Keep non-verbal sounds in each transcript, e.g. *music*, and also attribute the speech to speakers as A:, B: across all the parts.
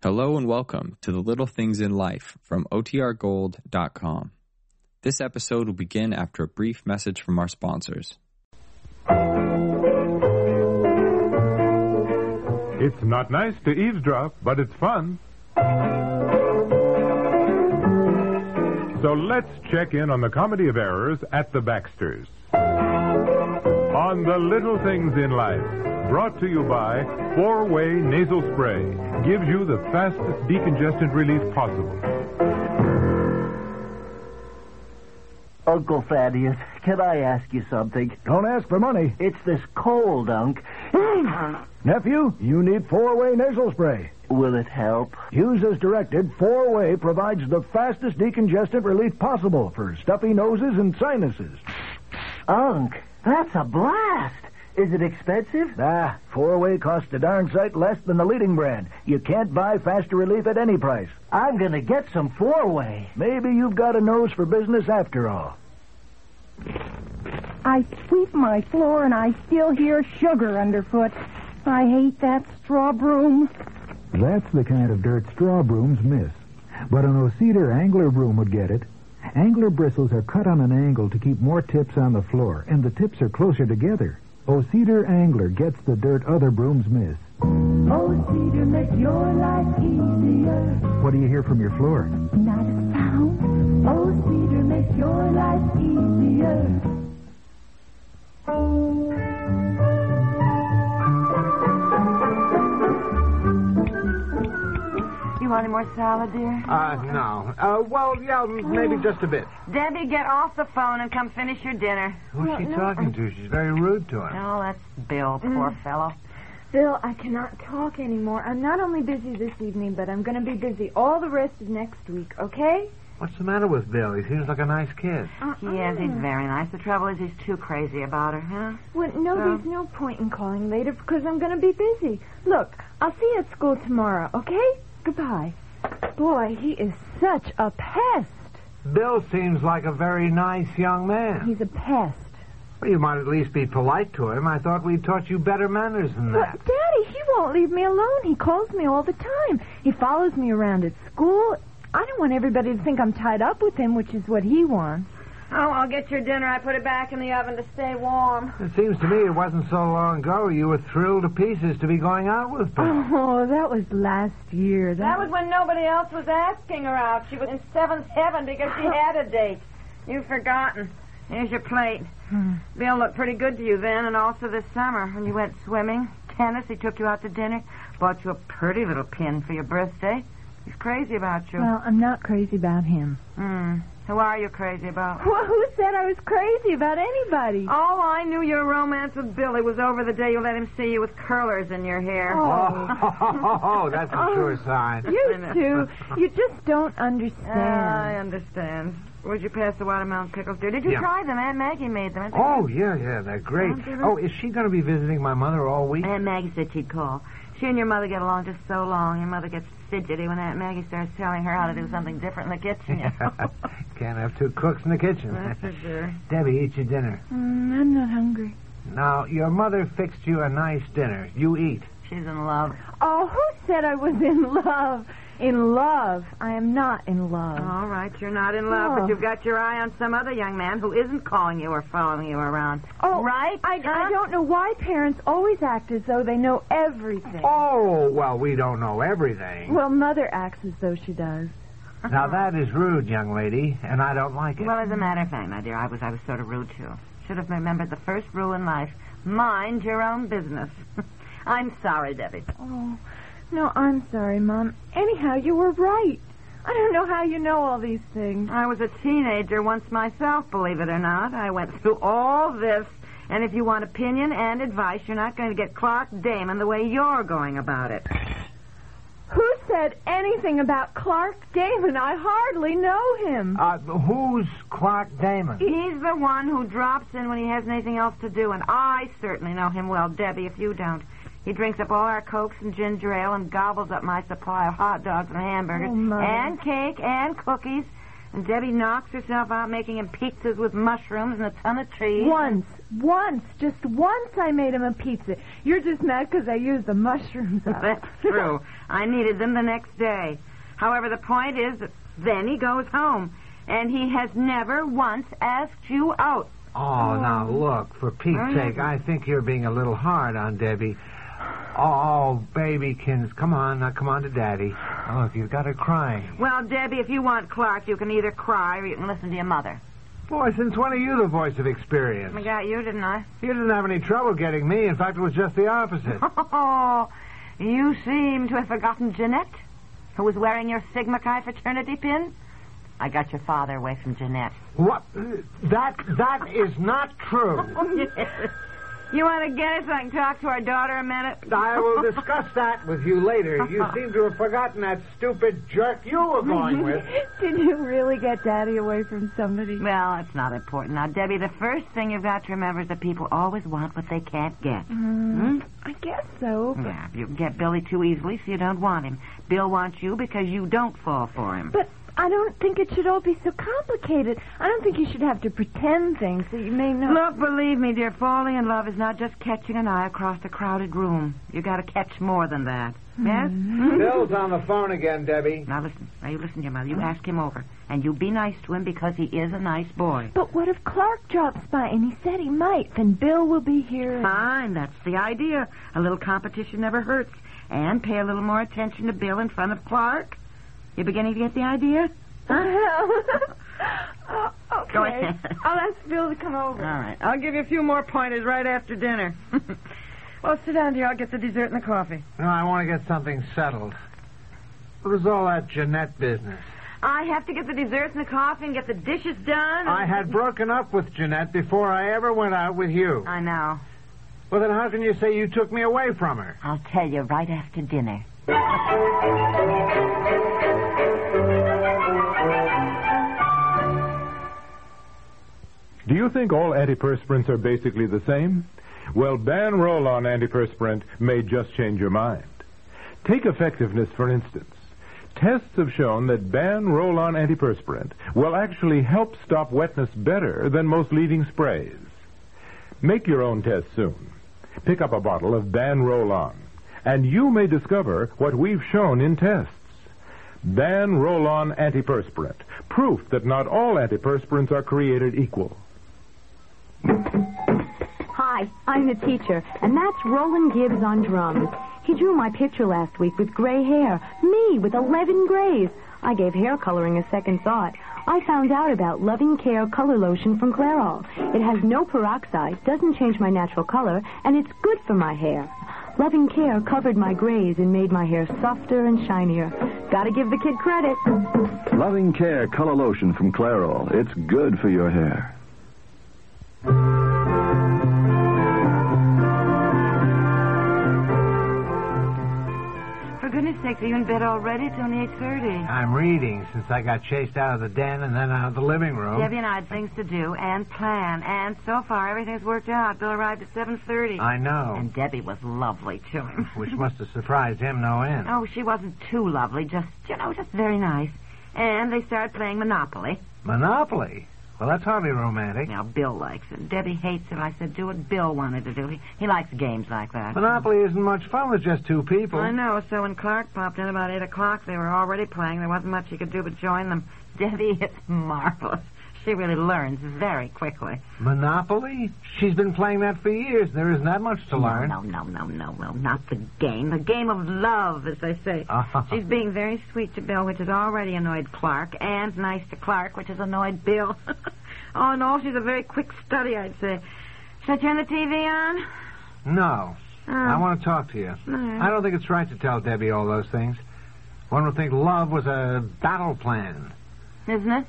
A: Hello and welcome to the Little Things in Life from OTRGold.com. This episode will begin after a brief message from our sponsors.
B: It's not nice to eavesdrop, but it's fun. So let's check in on the comedy of errors at the Baxters. On the little things in life, brought to you by Four Way Nasal Spray, gives you the fastest decongestant relief possible.
C: Uncle Thaddeus, can I ask you something?
D: Don't ask for money.
C: It's this
D: *clears throat*
C: cold, Unc.
D: Nephew, you need four way nasal spray.
C: Will it help?
D: Use as directed, four way provides the fastest decongestant relief possible for stuffy noses and sinuses.
C: Unc, that's a blast. Is it expensive?
D: Nah, four way costs a darn sight less than the leading brand. You can't buy faster relief at any price.
C: I'm going to get some four-way.
D: Maybe you've got a nose for business after all.
E: I sweep my floor and I still hear sugar underfoot. I hate that straw broom.
F: That's the kind of dirt straw brooms miss. But an Ocedar angler broom would get it. Angler bristles are cut on an angle to keep more tips on the floor, and the tips are closer together. Ocedar angler gets the dirt other brooms miss.
E: Oh, Cedar, make your life easier.
F: What do you hear from your floor?
E: Not a sound. Oh, Cedar, make your life easier.
G: You want any more salad, dear?
H: Uh, no. Uh, well, yeah, maybe just a bit.
G: Debbie, get off the phone and come finish your dinner.
H: Who's she talking to? She's very rude to him.
G: Oh, that's Bill, poor fellow.
I: Bill, I cannot talk anymore. I'm not only busy this evening, but I'm going to be busy all the rest of next week, okay?
H: What's the matter with Bill? He seems like a nice kid.
G: He is. He's very nice. The trouble is, he's too crazy about her, huh?
I: Well, no, there's no point in calling later because I'm going to be busy. Look, I'll see you at school tomorrow, okay? Goodbye. Boy, he is such a pest.
H: Bill seems like a very nice young man.
I: He's a pest.
H: Well, you might at least be polite to him. I thought we taught you better manners than
I: But,
H: that.
I: Daddy, he won't leave me alone. He calls me all the time. He follows me around at school. I don't want everybody to think I'm tied up with him, which is what he wants.
G: Oh, I'll get your dinner. I put it back in the oven to stay warm.
H: It seems to me it wasn't so long ago you were thrilled to pieces to be going out with Bill.
I: Oh, *laughs* that was last year.
G: That was when nobody else was asking her out. She was in seventh heaven because she had a date. You've forgotten. Here's your plate. Bill looked pretty good to you then and also this summer when you went swimming, tennis. He took you out to dinner, bought you a pretty little pin for your birthday. He's crazy about you.
I: Well, I'm not crazy about him.
G: Mm. Who are you crazy about?
I: *laughs* Well, who said I was crazy about anybody?
G: Oh, I knew your romance with Billy was over the day you let him see you with curlers in your hair.
H: Oh, that's a sure sign.
I: You two, you just don't
G: Ah,
I: understand.
G: I understand. Would you pass the watermelon pickles, dear? Did you
H: Yeah.
G: try them? Aunt Maggie made them. I think-
H: Oh, yeah, yeah, they're great. Oh, is she going to be visiting my mother all week?
G: Aunt Maggie said she'd call. She and your mother get along just so long. Your mother gets fidgety when Aunt Maggie starts telling her how to do something different in the kitchen. you *laughs* know.
H: Can't have two cooks in the kitchen.
G: That's for sure.
H: Debbie, eat your dinner.
I: Mm, I'm not hungry.
H: Now, your mother fixed you a nice dinner. You eat.
G: She's in love.
I: Oh, who said I was in love? In love. I am not in love.
G: All right, you're not in love,
I: Oh.
G: but you've got your eye on some other young man who isn't calling you or following you around.
I: Oh,
G: right?
I: I,
G: huh?
I: I don't know why parents always act as though they know everything.
H: Oh, well, we don't know everything.
I: Well, Mother acts as though she does.
H: Now, that is rude, young lady, and I don't like it.
G: Well, as a matter of fact, my dear, I was I was sort of rude too. Should have remembered the first rule in life: mind your own business. *laughs* I'm sorry, Debbie.
I: Oh, no, I'm sorry, Mom. Anyhow, you were right. I don't know how you know all these things.
G: I was a teenager once myself, believe it or not. I went through all this, and if you want opinion and advice, you're not going to get Clark Damon the way you're going about it.
I: Who said anything about Clark Damon? I hardly know him.
H: Uh, who's Clark Damon?
G: He's the one who drops in when he has nothing else to do, and I certainly know him well, Debbie, if you don't. He drinks up all our cokes and ginger ale and gobbles up my supply of hot dogs and hamburgers
I: Oh, Mother.
G: and cake and cookies. And Debbie knocks herself out making him pizzas with mushrooms and a ton of cheese.
I: Once, once, *laughs* just once I made him a pizza. You're just mad because I used the mushrooms up.
G: That's true. I needed them the next day. However, the point is that then he goes home, and he has never once asked you out.
H: Oh, now look, for Pete's
G: Mm.
H: sake, I think you're being a little hard on Debbie. Oh, babykins, come on, now come on to Daddy. Oh, if you've got her crying.
G: Well, Debbie, if you want Clark, you can either cry or you can listen to your mother.
H: Boy, since when are you the voice of experience?
G: I got you, didn't I? *laughs*
H: You didn't have any trouble getting me. In fact, it was just the opposite.
G: Oh, you seem to have forgotten Jeanette, who was wearing your Sigma Chi fraternity pin. I got your father away from Jeanette. *laughs*
H: what? That that is not true.
G: You want to get it so I can talk to our daughter a minute?
H: I will discuss that with you later. You seem to have forgotten that stupid jerk you were going with.
I: Did you really get Daddy away from somebody?
G: Well, it's not important. Now, Debbie, the first thing you've got to remember is that people always want what they can't get. Hmm?
I: Mm, I guess so. But,
G: Yeah, if you can get Billy too easily, so you don't want him. Bill wants you because you don't fall for him.
I: but I don't think it should all be so complicated. I don't think you should have to pretend things that you may not.
G: Look, believe me, dear, falling in love is not just catching an eye across a crowded room. You gotta catch more than that. Yes?
H: Bill's on the phone again, Debbie.
G: Hmm. Now listen. Now you listen to your mother. You ask him over. And you be nice to him because he is a nice boy.
I: But what if Clark drops by and he said he might? Then Bill will be here.
G: Fine, that's the idea. A little competition never hurts. And pay a little more attention to Bill in front of Clark. You beginning to get the *laughs* idea? Oh,
I: Well, okay.
G: Go *laughs* ahead.
I: I'll ask Bill to come over.
G: All right. Oh, I'll give you a few more pointers right after dinner. *laughs* well, sit down, dear. I'll get the dessert and the coffee.
H: No, I want to get something settled. What was all that Jeanette business?
G: I have to get the desserts and the coffee and get the dishes done.
H: I had broken up with Jeanette before I ever went out with you.
G: I know.
H: Well, then how can you say you took me away from her?
G: I'll tell you right after dinner.
B: Do you think all antiperspirants are basically the same? Well, ban roll on antiperspirant may just change your mind. Take effectiveness, for instance. Tests have shown that ban roll on antiperspirant will actually help stop wetness better than most leading sprays. Make your own test soon. Pick up a bottle of ban roll on, and you may discover what we've shown in tests. Ban roll on antiperspirant, proof that not all antiperspirants are created equal.
J: Hi, I'm the teacher, and that's Roland Gibbs on drums. He drew my picture last week with gray hair. Me, with 11 grays. I gave hair coloring a second thought. I found out about Loving Care Color Lotion from Clairol. It has no peroxide, doesn't change my natural color, and it's good for my hair. Loving Care covered my grays and made my hair softer and shinier. Gotta give the kid credit.
K: Loving Care Color Lotion from Clairol. It's good for your hair.
G: For goodness sakes, are you in bed already? It's only 8.30.
H: I'm reading since I got chased out of the den and then out of the living room.
G: Debbie and I had things to do and plan, and so far everything's worked out. Bill arrived at 7.30.
H: I know,
G: And Debbie was lovely to him.
H: which must have surprised him no end.
G: Oh, she wasn't too lovely, just, you know, just very nice. And they started playing Monopoly.
H: Monopoly? Well, that's hardly romantic.
G: Now, Bill likes it. Debbie hates it. I said, do what Bill wanted to do. He, he likes games like that.
H: Monopoly isn't much fun with just two people.
G: I know. So when Clark popped in about 8 o'clock, they were already playing. There wasn't much he could do but join them. *laughs* Debbie is marvelous. She really learns very quickly.
H: Monopoly? She's been playing that for years. There isn't that much to learn.
G: No, no, no, no, no. Not the game. The game of love, as they say.
H: Ah.
G: *laughs* She's being very sweet to Bill, which has already annoyed Clark, and nice to Clark, which has annoyed Bill. *laughs* all in all, she's a very quick study, I'd say. Should I turn the TV on?
H: No.
G: Oh.
H: I want to talk to you.
G: Mm.
H: I don't think it's right to tell Debbie all those things. One would think love was a battle plan.
G: Isn't it?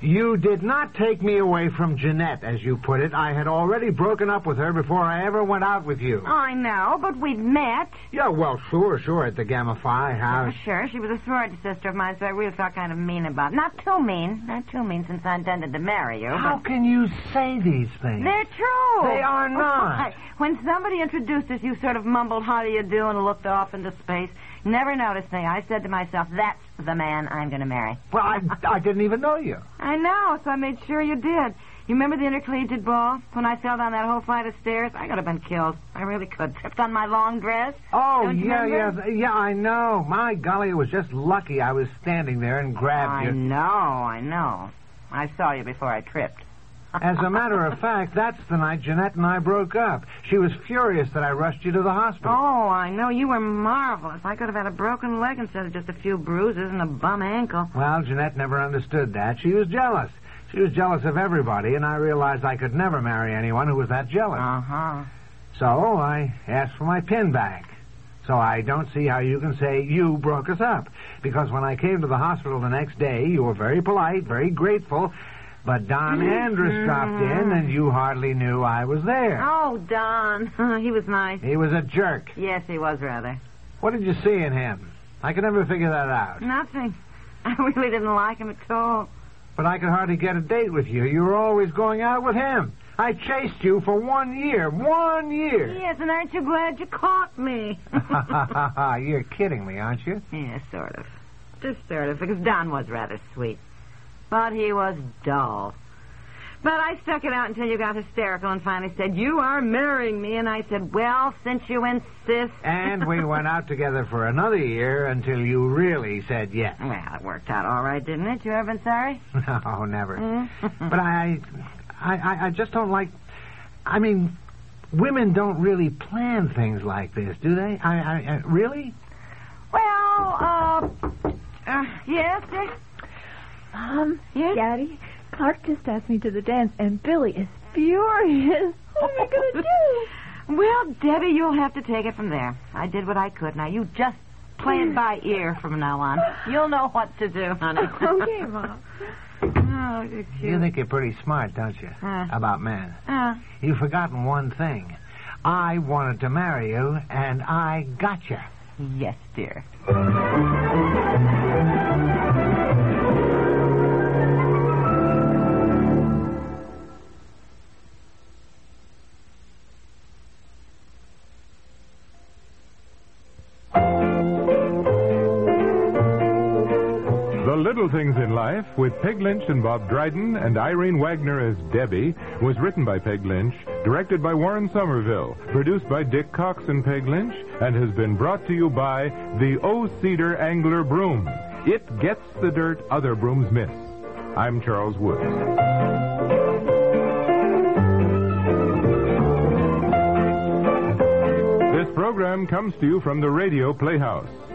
H: You did not take me away from Jeanette, as you put it. I had already broken up with her before I ever went out with you.
G: I know, but we'd met.
H: Yeah, well, sure, sure, at the Gamma Phi house.
G: Sure, she was a sorority sister of mine, so I really felt kind of mean about it. Not too mean. Not too mean since I intended to marry you.
H: How
G: but-
H: can you say these things?
G: They're true.
H: They are not.
G: Why? When somebody introduced us, you sort of mumbled, How do you do? and looked off into space. Never noticed me. I said to myself, That's the man I'm going to marry.
H: Well, I, I didn't even know you.
G: I know, so I made sure you did. You remember the intercollegiate ball? When I fell down that whole flight of stairs? I could have been killed. I really could. Tripped on my long dress.
H: Oh,
G: Don't you
H: yeah, yeah,
G: remember?
H: th- yeah, I know. My golly, it was just lucky I was standing there and grabbed
G: I
H: you.
G: know, I know. I saw you before I tripped.
H: As a matter of fact, that's the night Jeanette and I broke up. She was furious that I rushed you to the hospital.
G: Oh, I know. You were marvelous. I could have had a broken leg instead of just a few bruises and a bum ankle.
H: Well, Jeanette never understood that. She was jealous. She was jealous of everybody, and I realized I could never marry anyone who was that jealous. Uh
G: huh.
H: So I asked for my pin back. So I don't see how you can say you broke us up. Because when I came to the hospital the next day, you were very polite, very grateful. But Don Andrus dropped in, and you hardly knew I was there.
G: Oh, Don. *laughs* he was nice.
H: He was a jerk.
G: Yes, he was, rather.
H: What did you see in him? I could never figure that out.
G: Nothing. *laughs* I really didn't like him at all.
H: But I could hardly get a date with you. You were always going out with him. I chased you for one year. One year. *laughs*
G: Yes, and aren't you glad you caught *laughs* me?
H: You're kidding me, aren't you?
G: Yeah, sort of. Just sort of, because Don was rather sweet. But he was dull. But I stuck it out until you got hysterical and finally said, You are marrying me. And I said, Well, since you insist.
H: And we went out together for another year until you really said yes.
G: *laughs* Well, it worked out all right, didn't it? You ever been sorry?
H: *laughs* No, never. but I, I, I- I just don't like. I mean, women don't really plan things like this, do they? I, I, I really.
G: Well, uh, uh yes, Dick?
I: Mom? Um, Daddy? Clark just asked me to the dance, and Billy is furious. *laughs* What am I going to do?
G: Well, Debbie, you'll have to take it from there. I did what I could. Now, you just play it by ear from now on. You'll know what to do,
H: *laughs*
G: honey.
I: Okay, Mom.
G: Oh, you're
H: You
G: cute.
H: think you're pretty smart, don't you?
G: Huh.
H: About men.
G: Uh,
H: You've forgotten one thing. I wanted to marry you, and I got you.
G: Yes, dear.
B: The Little Things in Life with Peg Lynch and Bob Dryden and Irene Wagner as Debbie was written by Peg Lynch, directed by Warren Somerville, produced by Dick Cox and Peg Lynch, and has been brought to you by the O Cedar Angler Broom. It gets the dirt other brooms miss. I'm Charles Woods. This program comes to you from the Radio Playhouse.